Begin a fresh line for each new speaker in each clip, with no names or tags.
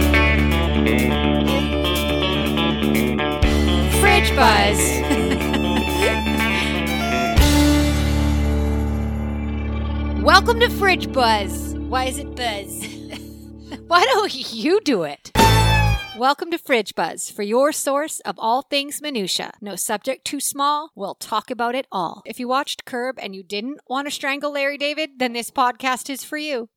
Welcome to Fridge Buzz.
Why is it Buzz?
Why don't you do it? Welcome to Fridge Buzz for your source of all things minutia. No subject too small. We'll talk about it all. If you watched Curb and you didn't want to strangle Larry David, then this podcast is for you.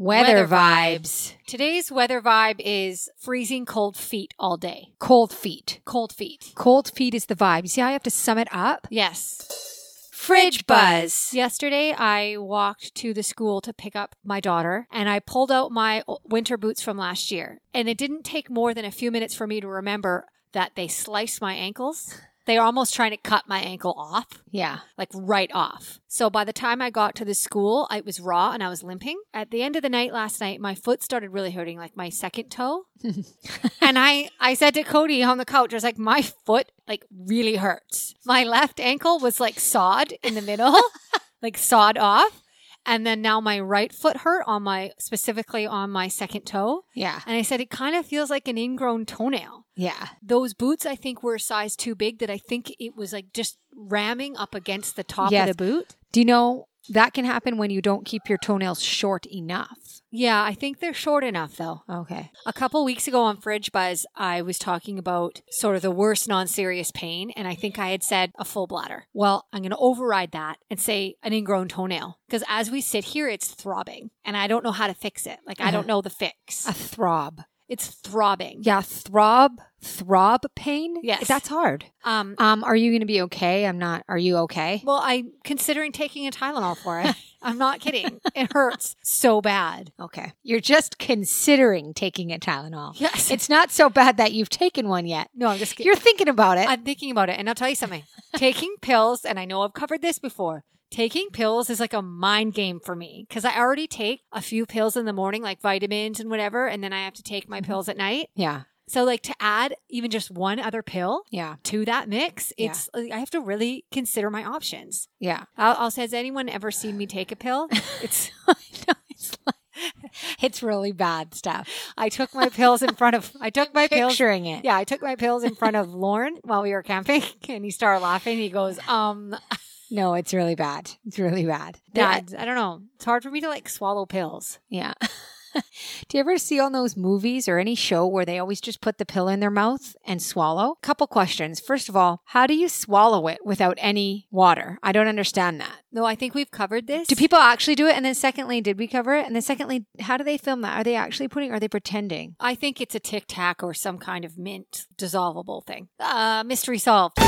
Weather,
Weather
vibes. Today's weather vibe is freezing cold feet all day. Cold feet.
Cold feet.
Cold feet is the vibe. You see how I have to sum it up?
Yes.
Fridge Buzz. Yesterday, I walked to the school to pick up my daughter, and I pulled out my o- winter boots from last year. And it didn't take more than a few minutes for me to remember that they sliced my ankles. They were almost trying to cut my ankle off,
Yeah.
like right off. So by the time I got to the school, I- it was raw and I was limping. At the end of the night last night, my foot started really hurting, like my second toe. and I, I said to Cody on the couch, I was like, my foot like really hurts. My left ankle was like sawed in the middle, like sawed off. And then now my right foot hurt on my, specifically on my second toe.
Yeah.
And I said, it kind of feels like an ingrown toenail.
Yeah.
Those boots, I think, were a size too big that I think it was like just ramming up against the top
Yes.
of the boot.
Do you know that can happen when you don't keep your toenails short enough?
Yeah, I think they're short enough though.
Okay.
A couple weeks ago on Fridge Buzz, I was talking about sort of the worst non serious pain, and I think I had said a full bladder. Well, I'm going to override that and say an ingrown toenail because as we sit here, it's throbbing, and I don't know how to fix it. Like, I don't know the fix.
A throb.
It's throbbing.
Yeah, throb, throb pain.
Yes.
That's hard.
Um,
Um, are you going to be okay? I'm not. Are you okay?
well, I'm considering taking a Tylenol for it. I'm not kidding. It hurts so bad.
Okay. You're just considering taking a Tylenol.
Yes.
It's not so bad that you've taken one yet.
no, I'm just kidding.
You're thinking about it.
I'm thinking about it, and I'll tell you something. taking pills, and I know I've covered this before. Taking pills is like a mind game for me because I already take a few pills in the morning, like vitamins and whatever, and then I have to take my pills at night.
yeah.
So, like to add even just one other pill
Yeah.
to that mix,
Yeah.
it's uh, I have to really consider my options.
Yeah.
I'll, I'll say, has anyone ever seen me take a pill? It's
no, it's like, it's really bad stuff.
I took my pills in front of I took my pills
Picturing it.
Yeah, I took my pills in front of Lauren while we were camping, and he started laughing. He goes, "Um,
No, it's really bad. It's really bad.
that I don't know. It's hard for me to like swallow pills.
Yeah. Do you ever see on those movies or any show where they always just put the pill in their mouth and swallow? Couple questions. First of all, how do you swallow it without any water? I don't understand that.
No, I think we've covered this.
Do people actually do it? And then secondly, did we cover it? And then secondly, how do they film that? Are they actually putting are they pretending?
I think it's a Tic Tac or some kind of mint dissolvable thing. Uh, mystery solved.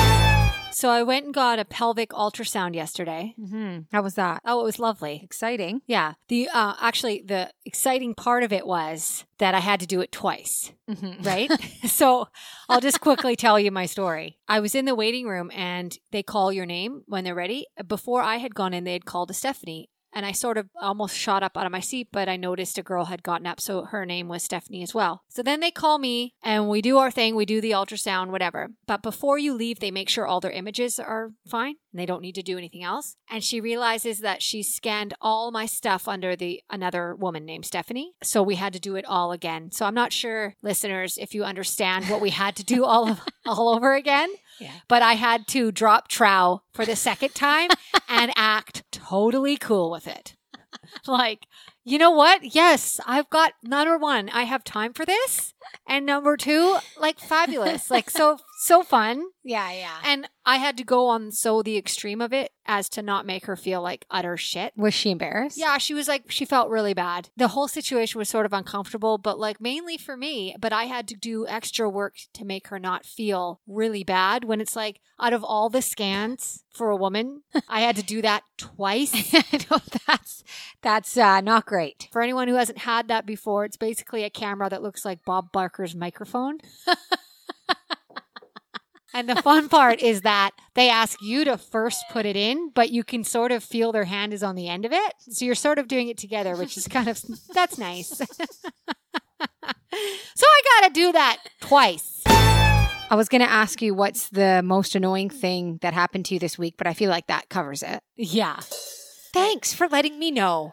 So I went and got a pelvic ultrasound yesterday.
Mm-hmm. How was that?
Oh, it was lovely.
Exciting.
Yeah. The uh, actually the exciting part of it was that I had to do it twice.
Mm-hmm.
right? so I'll just quickly tell you my story. I was in the waiting room and they call your name when they're ready. Before I had gone in, they had called a Stephanie. And I sort of almost shot up out of my seat, but I noticed a girl had gotten up. So her name was Stephanie as well. So then they call me and we do our thing. We do the ultrasound, whatever. But before you leave, they make sure all their images are fine and they don't need to do anything else. And she realizes that she scanned all my stuff under the another woman named Stephanie. So we had to do it all again. So I'm not sure, listeners, if you understand what we had to do all of, all over again.
Yeah.
But I had to drop trow for the second time and act totally cool with it. Like, you know what? Yes, I've got number one, I have time for this. And number two, like fabulous. Like so so fun.
Yeah, yeah.
And I had to go on so the extreme of it as to not make her feel like utter shit.
Was she embarrassed?
Yeah, she was like, she felt really bad. The whole situation was sort of uncomfortable, but like mainly for me, but I had to do extra work to make her not feel really bad when it's like, out of all the scans for a woman, I had to do that twice.
no, that's that's uh, not great.
For anyone who hasn't had that before, it's basically a camera that looks like Bob Barker's microphone. and the fun part is that they ask you to first put it in, but you can sort of feel their hand is on the end of it. So you're sort of doing it together, which is kind of that's nice. so I got to do that twice.
I was going to ask you what's the most annoying thing that happened to you this week, but I feel like that covers it.
Yeah.
Thanks for letting me know.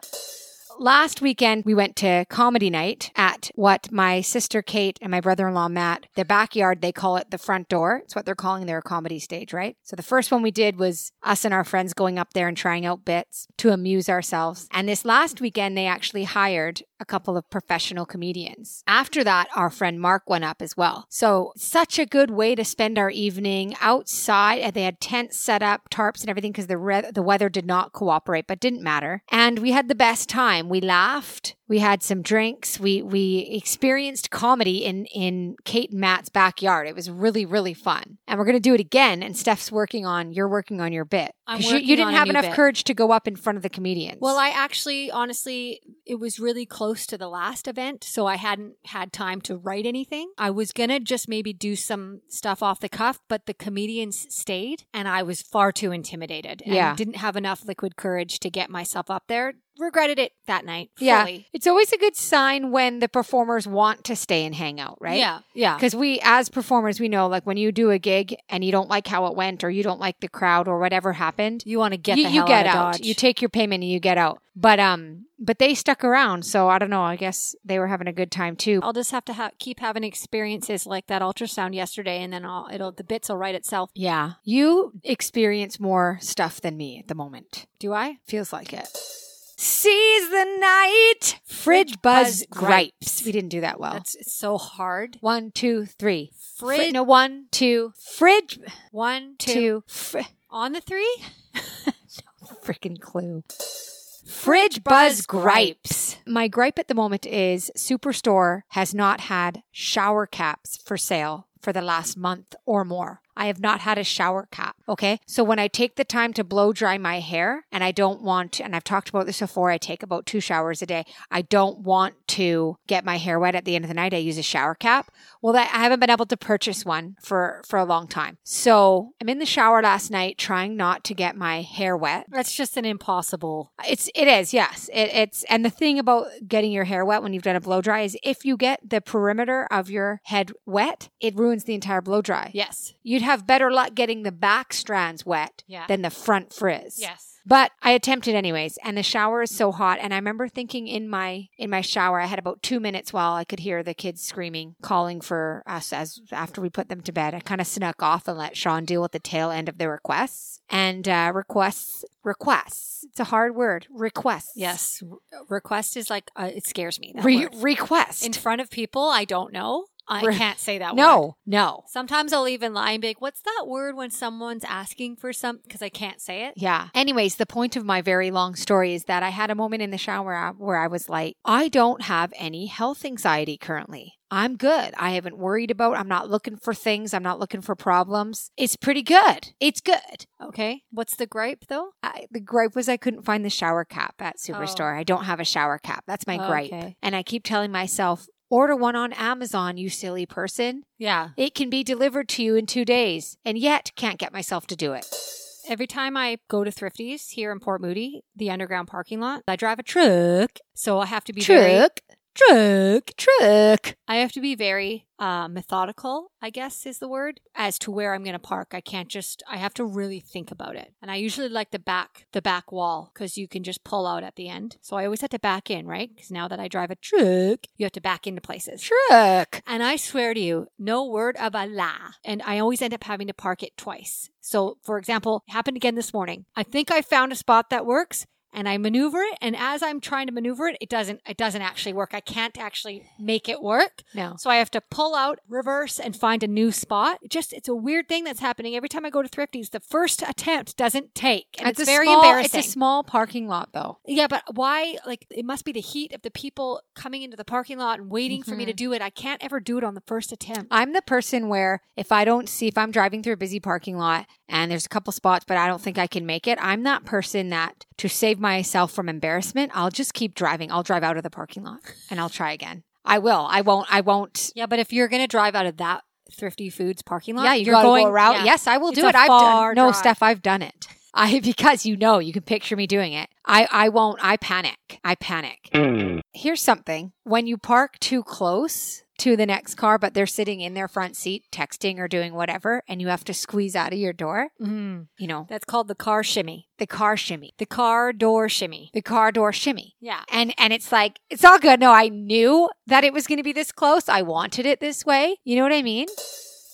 Last weekend, we went to comedy night at what my sister Kate and my brother in law Matt, the backyard, they call it the front door. It's what they're calling their comedy stage, right? So the first one we did was us and our friends going up there and trying out bits to amuse ourselves. And this last weekend, they actually hired a couple of professional comedians. After that, our friend Mark went up as well. So, such a good way to spend our evening outside. And They had tents set up, tarps, and everything because the, re- the weather did not cooperate, but didn't matter. And we had the best time. We laughed. We had some drinks. We we experienced comedy in in Kate and Matt's backyard. It was really really fun, and we're gonna do it again. And Steph's working on. You're working on your bit.
I'm
'Cause you,
working
you didn't
on a
have
new
enough
bit.
courage to go up in front of the comedians.
Well, I actually, honestly, it was really close to the last event, so I hadn't had time to write anything. I was gonna just maybe do some stuff off the cuff, but the comedians stayed, and I was far too intimidated. And
Yeah.
didn't have enough liquid courage to get myself up there. Regretted it that night.
Yeah.
fully.
It's always a good sign when the performers want to stay and hang out, right?
Yeah, yeah.
Because we, as performers, we know like when you do a gig and you don't like how it went or you don't like the crowd or whatever happened,
You want to get
you,
the
you
hell
get
out,
out.
of Dodge.
You take your payment and you get out. But um, but they stuck around, so I don't know. I guess they were having a good time too.
I'll just have to ha- keep having experiences like that ultrasound yesterday, and then I'll, it'll the bits will write itself.
Yeah, you experience more stuff than me at the moment.
Do I?
Feels like it. Seize the night, fridge buzz
buzz
gripes.
gripes.
We didn't do that well.
That's it's so hard.
One, two, three. Fri-
Fridge
no, one, two. Fridge.
one, two,
Two. Fr-
on the three.
freaking clue. Fridge buzz gripes. My gripe at the moment is Superstore has not had shower caps for sale for the last month or more. I have not had a shower cap. Okay. So when I take the time to blow dry my hair and I don't want to, and I've talked about this before, I take about two showers a day. I don't want to get my hair wet at the end of the night. I use a shower cap. Well, that, I haven't been able to purchase one for, for a long time. So I'm in the shower last night trying not to get my hair wet.
That's just an impossible.
It's it is yes it, it's and the thing about getting your hair wet when you've done a blow dry is if you get the perimeter of your head wet it ruins the entire blow dry.
Yes.
You'd have better luck getting the back strands wet
Yeah.
than the front frizz.
Yes.
But I attempted anyways, and the shower is so hot. And I remember thinking in my in my shower, I had about two minutes while I could hear the kids screaming, calling for us as after we put them to bed. I kind of snuck off and let Sean deal with the tail end of the requests and uh, requests requests. It's a hard word. Requests.
Yes. R- request is like uh, it scares me. That
Re-
word.
request.
In front of people, I don't know. I
Re-
can't say that. word.
no, no.
Sometimes I'll even lie and be like, "What's that word when someone's asking for something?" Because I can't say it.
Yeah. Anyways, the point of my very long story is that I had a moment in the shower uh, where I was like, I don't have any health anxiety currently. I'm good. I haven't worried about. I'm not looking for things. I'm not looking for problems. It's pretty good. It's good.
Okay. What's the gripe though?
I, the gripe was I couldn't find the shower cap at Superstore. I don't have a shower cap. That's my
Oh,
gripe.
okay.
And I keep telling myself, order one on Amazon, you silly person.
Yeah.
It can be delivered to you in two days, and yet can't get myself to do it.
Every time I go to Thrifties here in Port Moody, the underground parking lot, I drive a truck, so I have to be very
Trick,
truck.
trick.
I have to be very uh, methodical, I guess is the word, as to where I'm going to park. I can't just. I have to really think about it, and I usually like the back, the back wall, because you can just pull out at the end. So I always have to back in, right? Because now that I drive a truck, you have to back into places.
Truck.
And I swear to you, no word of a lie. And I always end up having to park it twice. So, for example, it happened again this morning. I think I found a spot that works and I maneuver it and as I'm trying to maneuver it, it doesn't it doesn't actually work. I can't actually make it work.
No.
So I have to pull out, reverse and find a new spot. It just it's a weird thing that's happening every time I go to Thrifties. The first attempt doesn't take and it's, very
small,
embarrassing.
It's a small parking lot, though.
Yeah, but why? Like, it must be the heat of the people coming into the parking lot and waiting for me to do it. I can't ever do it on the first attempt.
I'm the person where if I don't see, if I'm driving through a busy parking lot and there's a couple spots, but I don't think I can make it, I'm that person that to save myself from embarrassment, I'll just keep driving. I'll drive out of the parking lot and I'll try again. I will. I won't. I won't.
Yeah, but if you're going to drive out of that Thrifty Foods parking lot,
Yeah, you gotta go around.
yeah.
Yes, I will
It's
do
a
it. I've done.
far
No,
drive.
Steph, I've done it. I because you know you can picture me doing it. I I won't. I panic. I panic. Here's something. When you park too close to the next car, but they're sitting in their front seat texting or doing whatever, and you have to squeeze out of your door.
Mm.
You know,
That's called the car shimmy,
the car shimmy,
the car door shimmy.
the car door shimmy.
Yeah.
And and it's like it's all good. No, I knew that it was going to be this close. I wanted it this way. You know what I mean?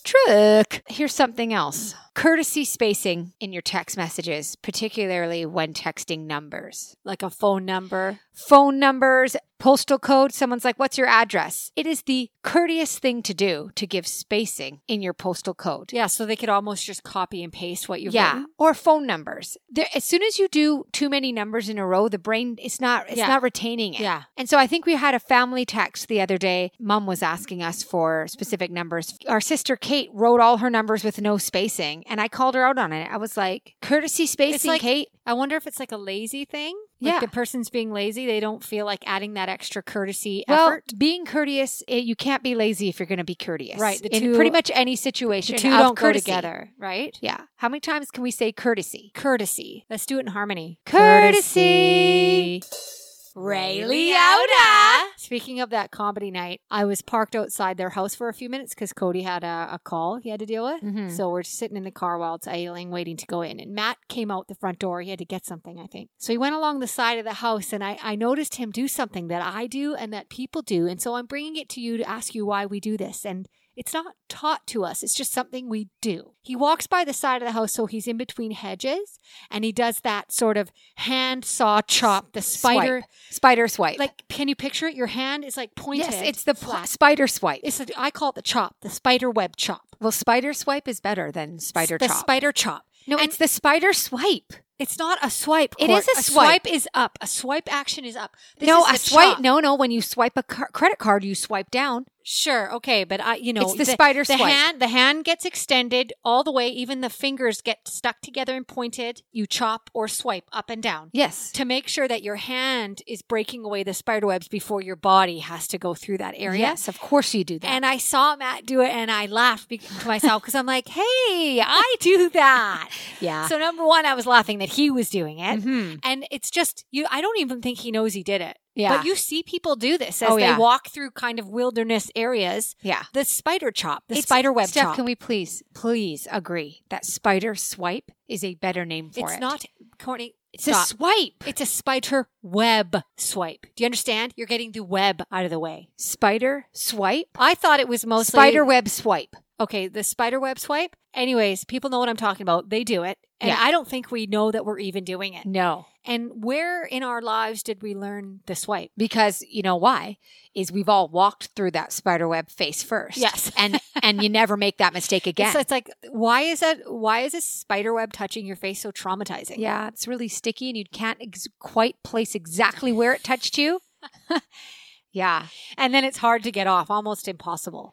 Trick. Here's something else. Courtesy spacing in your text messages, particularly when texting numbers.
Like a phone number.
Phone numbers, postal code, someone's like, "What's your address?" It is the courteous thing to do to give spacing in your postal code.
Yeah. So they could almost just copy and paste what you've
yeah,
written.
or phone numbers. There, as soon as you do too many numbers in a row, the brain it's not it's
Yeah.
not retaining it.
Yeah.
And so I think we had a family text the other day. Mom was asking us for specific numbers. Our sister Kate wrote all her numbers with no spacing, and I called her out on it. I was like, "Courtesy spacing,
like-
Kate."
I wonder if it's like a lazy thing. Like
Yeah.
the person's being lazy. They don't feel like adding that extra courtesy
Well,
effort.
being courteous, eh, you can't be lazy if you're going to be courteous.
Right, the
in
two-
pretty much any situation.
The two
of
don't
courtesy.
go together, right?
Yeah. How many times can we say courtesy?
Courtesy. Let's do it in harmony.
Courtesy.
Ray
Liotta.
Speaking of that comedy night, I was parked outside their house for a few minutes because Cody had a, a call he had to deal with.
Mhm.
So we're sitting in the car while it's idling, waiting to go in. And Matt came out the front door. He had to get something, I think. So he went along the side of the house, and I, I noticed him do something that I do and that people do. And so I'm bringing it to you to ask you why we do this. And it's not taught to us, it's just something we do. He walks by the side of the house, so he's in between hedges, and he does that sort of hand saw chop, the spider.
Swipe. Spider swipe.
Like, can you picture it? Your hand is like pointed.
yes, it's the pl-
flat.
spider swipe.
It's the- I call it the chop, the spider web chop.
Well, spider swipe is better than spider
the
chop.
spider chop.
no,
and-
it's the spider swipe.
It's not a swipe.
It
Court.
is a swipe.
is up. A swipe action is up. This
no,
is
a
the
swipe.
chop.
No, no. When you swipe a car- credit card, you swipe down.
Sure. Okay. But I, you know,
It's the spider
the
swipe.
Hand, the hand gets extended all the way. Even the fingers get stuck together and pointed. You chop or swipe up and down
Yes.
to make sure that your hand is breaking away the spider webs before your body has to go through that area.
Yes, of course you do that.
And I saw Matt do it and I laughed be- to myself because I'm like, hey, I do that.
yeah.
So, Mm-hmm. number one, I was laughing that he was doing it.
Mhm.
And it's just you. I don't even think he knows he did it.
Yeah.
But you see people do this as
Oh, yeah.
they walk through kind of wilderness areas.
yeah.
The spider chop, the
It's-
spider web
Steph,
chop.
can we please, please agree that spider swipe is a better name for
it's
it?
not Courtney.
It's
stop.
a swipe.
It's a spider web swipe. Do you understand? You're getting the web out of the way.
Spider swipe.
I thought it was mostly
Spider web swipe.
Okay, the spider web swipe. Anyways, people know what I'm talking about. They do it, and
Yeah.
I don't think we know that we're even doing it.
No,
And where in our lives did we learn the swipe?
because you know why is we've all walked through that spider web face first.
Yes.
and and you never make that mistake again.
So it's like, why is that? Why is a spider web touching your face so traumatizing?
Yeah, it's really sticky and you can't ex- quite place exactly where it touched you. yeah.
and then it's hard to get off, almost impossible.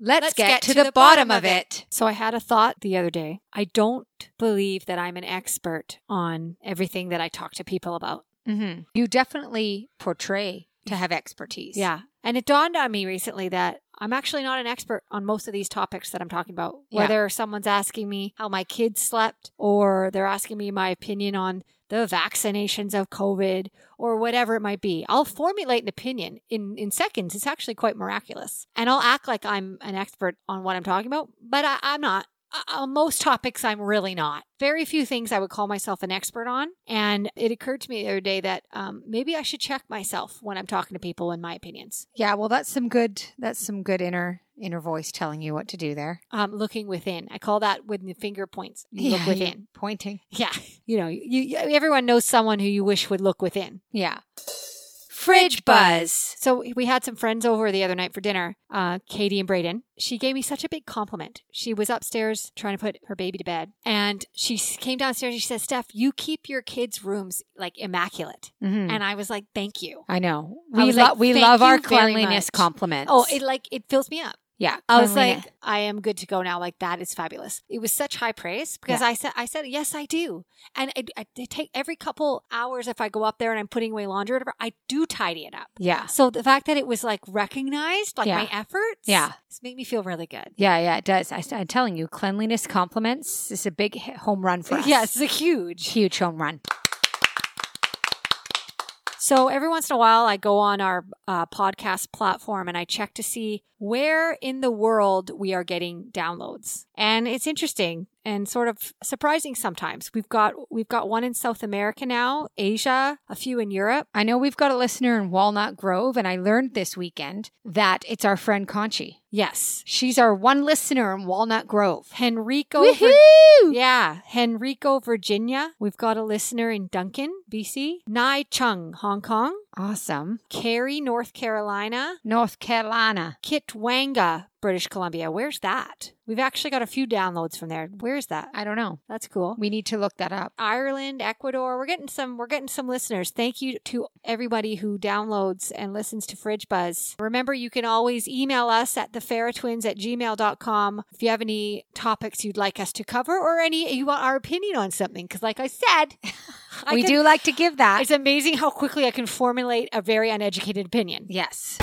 Let's, get, to, the, bottom, of it.
So I had a thought the other day. I don't believe that I'm an expert on everything that I talk to people about.
Mm-hmm. You definitely portray to have expertise.
Yeah. And it dawned on me recently that I'm actually not an expert on most of these topics that I'm talking about.
Yeah.
Whether someone's asking me how my kids slept, or they're asking me my opinion on the vaccinations of COVID, or whatever it might be, I'll formulate an opinion in, in seconds. It's actually quite miraculous. And I'll act like I'm an expert on what I'm talking about, but I, I'm not. I- on uh, most topics i'm really not very few things i would call myself an expert on and it occurred to me the other day that um, maybe i should check myself when i'm talking to people in my opinions
Yeah, well that's some good that's some good inner inner voice telling you what to do there.
um, looking within i call that with the finger points you
Yeah,
look
you-
within
Pointing.
yeah you know you, you, everyone knows someone who you wish would look within
Yeah. Fridge buzz.
So we had some friends over the other night for dinner, uh, Katie and Braden. She gave me such a big compliment. She was upstairs trying to put her baby to bed, and she s- came downstairs and she said, "Steph, you keep your kids' rooms like immaculate."
Mhm.
And I was like, "Thank you."
I know.
I
We
was
love
like,
we
thank
love
you
our
very
cleanliness
much.
compliments.
Oh, it like it fills me up.
yeah.
I was
cleanliness.
like, I am good to go now. Like that is fabulous. It was such high praise because I said, I said, yes, I do. And I, I it take every couple hours if I go up there and I'm putting away laundry or whatever, I do tidy it up.
yeah.
So the fact that it was like recognized, like
Yeah.
my efforts,
Yeah.
it's made me feel really good.
Yeah, yeah, it does. I, am telling you, cleanliness compliments is a big hit- home run for us.
Yes, it's a huge.
huge home run.
So every once in a while, I go on our uh, podcast platform and I check to see where in the world we are getting downloads. And it's interesting and sort of surprising sometimes. We've got we've got one in South America now, Asia, a few in Europe.
I know we've got a listener in Walnut Grove, and I learned this weekend that it's our friend Conchi.
Yes.
She's our one listener in Walnut Grove.
Henrico Vir-
Woohoo!
Yeah, Henrico, Virginia. We've got a listener in Duncan, BC. Nai Chung, Hong Kong.
Awesome.
Cary, North Carolina.
North Carolina.
Kitwanga, British Columbia. Where's that? We've actually got a few downloads from there. Where's that?
I don't know.
That's cool.
We need to look that up.
Ireland, Ecuador. We're getting some we're getting some listeners. Thank you to everybody who downloads and listens to Fridge Buzz. Remember you can always email us at thefaratwins at gmail.com if you have any topics you'd like us to cover or any you want our opinion on something. Cause like I said, I
we
can-
do like to give that.
it's amazing how quickly I can formulate a very uneducated opinion.
Yes.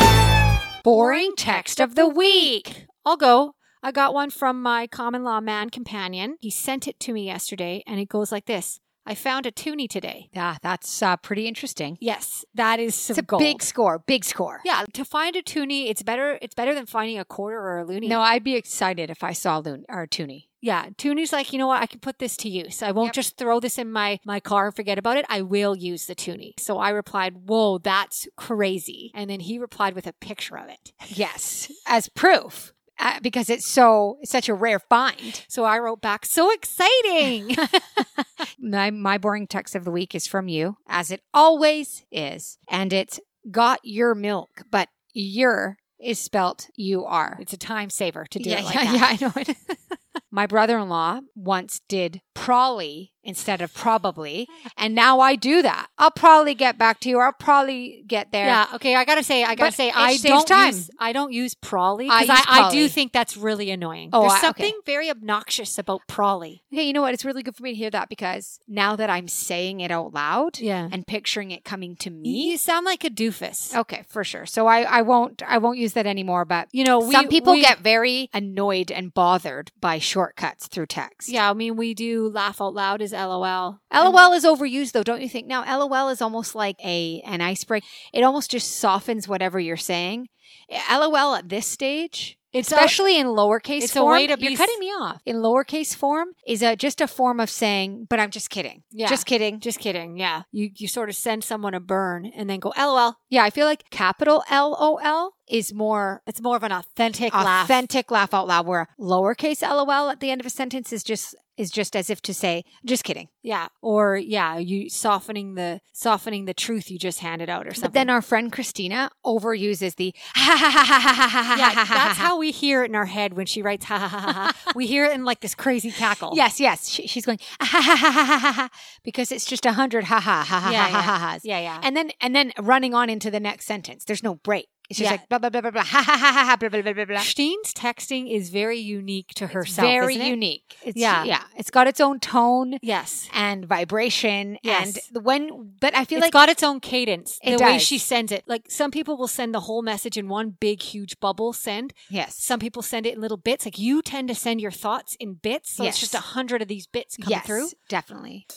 Boring text of the week.
I'll go. I got one from my common law man companion. He sent it to me yesterday and it goes like this. I found a toonie today.
Yeah, that's uh, pretty interesting.
Yes, that is some
It's a
gold.
big score. Big score.
yeah, to find a toonie, it's better. It's better than finding a quarter or a loony.
No, I'd be excited if I saw Loon or Toonie.
yeah, toonie's like you know what? I can put this to use. I won't
Yep.
just throw this in my my car and forget about it. I will use the toonie. So I replied, "Whoa, that's crazy!" And then he replied with a picture of it.
Yes, as proof uh, because it's so it's such a rare find.
So I wrote back, "So exciting!"
My my boring text of the week is from you, as it always is, and it's got your milk, but your is spelt U R.
it's a time saver to do
yeah,
it like
yeah,
that.
yeah, I know it. My brother-in-law once did probably instead of probably, and now I do that. I'll probably get back to you. or I'll probably get there.
Yeah, okay. I gotta say, I gotta
But
say,
it
I
saves
don't
time.
use I don't use Prawly
I
because I,
use
I, do
Prolly.
think that's really annoying.
Oh,
There's
I- okay.
something very obnoxious about Prawly.
Okay, you know what? It's really good for me to hear that because now that I'm saying it out loud
Yeah, Oh,
and picturing it coming to me,
You sound like a doofus.
Okay, for sure. So I, I won't I won't use that anymore. But
You know, we,
some people
we-
get very annoyed and bothered by shortcuts through text.
Yeah, I mean, we do laugh out loud is LOL.
LOL is overused though, don't you think? Now LOL is almost like a an icebreaker. It almost just softens whatever you're saying. Eh, LOL at this stage,
It's
especially in lowercase
it's a
form,
way to be
you're
s-
cutting me off. In lowercase form is a, just a form of saying, "But I'm just kidding."
Yeah.
Just kidding.
just kidding. Yeah, you you sort of send someone a burn and then go LOL.
Yeah, I feel like capital LOL is more
It's more of an authentic, laugh.
authentic laugh out loud where lowercase lol at the end of a sentence is just is just as if to say just kidding
Yeah, or yeah, you softening the softening the truth you just handed out or something.
but then our friend christina overuses the
yeah, that's how we hear it in our head when she writes ha ha ha ha. ha. we hear it in like this crazy cackle.
yes yes she, she's going because it's just a hundred ha ha ha ha
Yeah,
ha ha ha's.
yeah, yeah.
and then and then running on into the next sentence there's no break it's just
Yeah.
like blah blah blah blah blah ha ha ha ha ha, blah blah blah blah blah
Steen's texting is very unique to herself.
very
isn't it?
unique it's,
Yeah.
yeah it's got its own tone
Yes.
and vibration
Yes.
and when but i feel
It's
like
got its own cadence. The
It
way
does.
she sends it, like some people will send the whole message in one big, huge bubble send.
yes
Some people send it in little bits. Like you tend to send your thoughts in bits, so it's
Yes.
just a hundred of these bits come
yes,
through.
Definitely.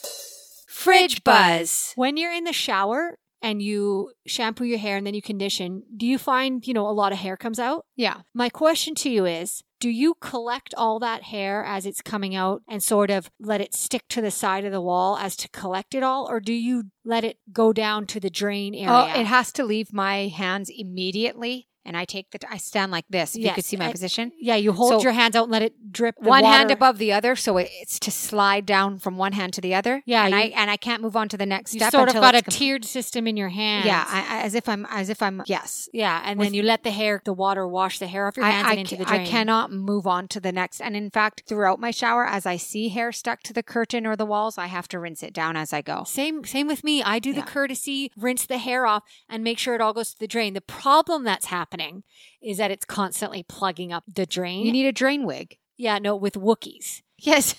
Fridge buzz.
When you're in the shower and you shampoo your hair and then you condition, do you find you know a lot of hair comes out?
Yeah.
My question to you is. Do you collect all that hair as it's coming out and sort of let it stick to the side of the wall as to collect it all? Or do you let it go down to the drain area?
Oh, it has to leave my hands immediately, and I take the. I stand like this. If you
Yes,
could see my
I-
position,
Yeah, you
So-
hold your hands out and let it drip. The
one
water.
hand above the other, so it- it's to slide down from one hand to the other.
Yeah,
and I
you-
and I can't move on to the next
You
step.
sort of
until
got a
it's com-
tiered system in your hand.
Yeah, I, I- as if I'm as if I'm yes.
yeah, and
With-
then you let the hair, the water, wash the hair off your hands
I, I,
and into
ca-
the drain.
I cannot move on to the next. And in fact, throughout my shower, as I see hair stuck to the curtain or the walls, I have to rinse it down as I go.
Same, same with me. I do the
Yeah.
courtesy, rinse the hair off, and make sure it all goes to the drain. The problem that's happening is that it's constantly plugging up the drain.
You need a drain wig.
yeah, no, with Wookiees.
Yes.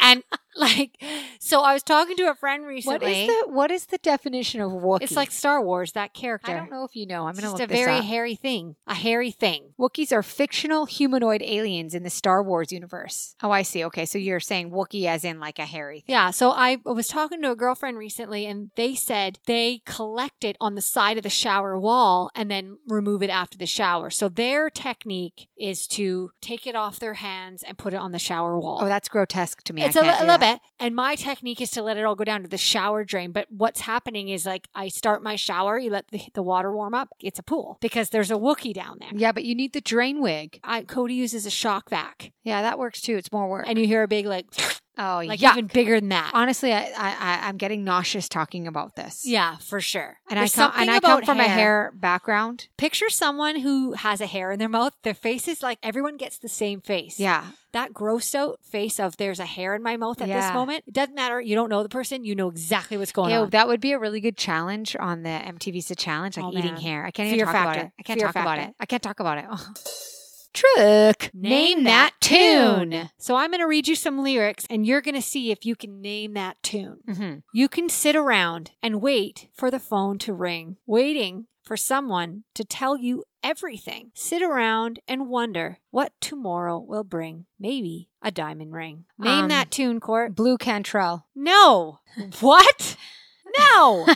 And Like, so I was talking to a friend recently.
What is the what is the definition of Wookiee?
It's like Star Wars, that character.
I don't know if you know. I'm
It's
going to
just
look
a
this
very
up.
hairy thing. A hairy thing.
Wookiees are fictional humanoid aliens in the Star Wars universe. Oh, I see. Okay, so you're saying Wookiee as in like a hairy. Thing.
Yeah. So I was talking to a girlfriend recently, and they said they collect it on the side of the shower wall and then remove it after the shower. So their technique is to take it off their hands and put it on the shower wall.
Oh, that's grotesque to me. I
It's a, li-
can't
a
do
little
that.
bit. And my technique is to let it all go down to the shower drain. But what's happening is like I start my shower, you let the, the water warm up. It's a pool because there's a Wookiee down there.
Yeah, but you need the drain wig.
I, Cody uses a shock vac,
Yeah, that works too. It's more work.
and you hear a big like,
oh,
like
yuck.
even bigger than that.
Honestly, I, I I- I'm getting nauseous talking about this.
Yeah, for sure.
and
There's
I come and
something
I come
about
from a hair background.
Picture someone who has a hair in their mouth. Their face is like everyone gets the same face.
Yeah,
that grossed out face of there's a hair in my mouth at
Yeah.
this moment. It doesn't matter. You don't know the person. You know exactly what's going
Ew,
on.
that would be a really good challenge on the MTV's The Challenge, like
Oh,
eating
man.
hair. I can't
Fear
even talk about
factor.
it. I can't
Fear
talk about
factor.
it. I can't talk about it. Truck.
Name that tune. So I'm going to read you some lyrics and you're going to see if you can name that tune.
Mhm.
You can sit around and wait for the phone to ring, waiting for someone to tell you everything. Sit around and wonder what tomorrow will bring. Maybe a diamond ring. Name
Um,
that tune, Court.
Blue Cantrell.
No. what? No.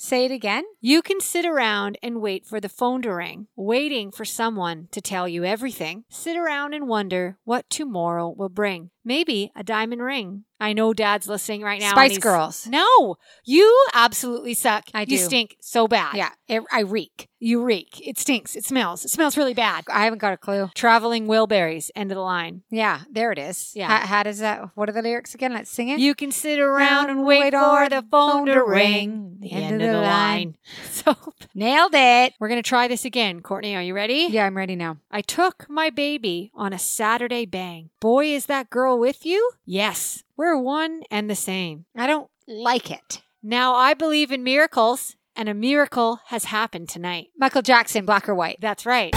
Say it again.
You can sit around and wait for the phone to ring, waiting for someone to tell you everything. Sit around and wonder what tomorrow will bring. Maybe a diamond ring. I know dad's listening right now. and
Spice
he's-
Girls.
No, you absolutely suck.
I
You
do.
stink so bad.
Yeah, it, I reek.
You reek. It stinks. It smells. It smells really bad.
I haven't got a clue.
Traveling Wilburys, end of the line.
Yeah, there it is.
Yeah.
How, how does that? What are the lyrics again? Let's sing it.
You can sit around and wait, for
on
the phone to ring. The end, of the, line. So
Nailed it.
we're going to try this again. Courtney, are you ready?
Yeah, I'm ready now.
I took my baby on a Saturday bang. Boy, is that girl with you? Yes, we're one and the same.
I don't like it.
Now I believe in miracles, and a miracle has happened tonight.
Michael Jackson, black or white.
That's right.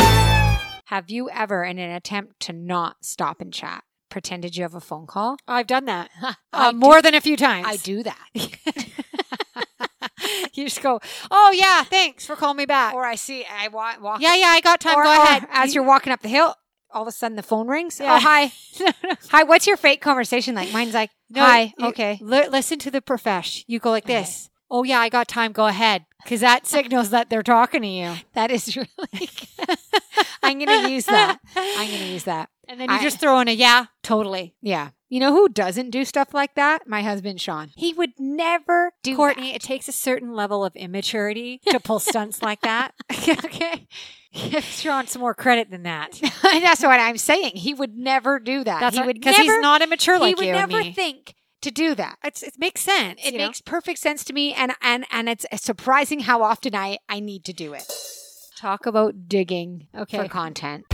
Have you ever, in an attempt to not stop and chat, pretended you have a phone call?
I've done that
I
uh,
do-
more than a few times.
I do that.
you just go, oh, yeah, thanks for calling me back.
Or I see, I wa- walk.
yeah, yeah, I got time.
Or-
Go
or
ahead.
As you're walking up the hill, all of a sudden the phone rings.
Yeah.
Oh, hi. Hi, what's your fake conversation like? Mine's like,
No,
hi,
you-
okay.
li- listen to the profesh. You go like
Okay.
this. Oh, yeah, I got time. Go ahead. Because that signals that they're talking to you.
That is really good. I'm going to use that. I'm going to use that.
And then you
I-
just throw in a yeah, totally.
Yeah. You know who doesn't do stuff like that? My husband, Sean. He would never do
Courtney, it takes a certain level of immaturity to pull stunts like that. okay. Give Sean some more credit than that.
that. That's what I'm saying. He would never do that.
That's
he
what-
would
because he's
never-
not immature
he
like
would
you and
never
me.
think to do that.
it's, it makes sense.
It
you know?
makes perfect sense to me, and and and it's surprising how often I I need to do it. Talk about digging
Okay.
for content.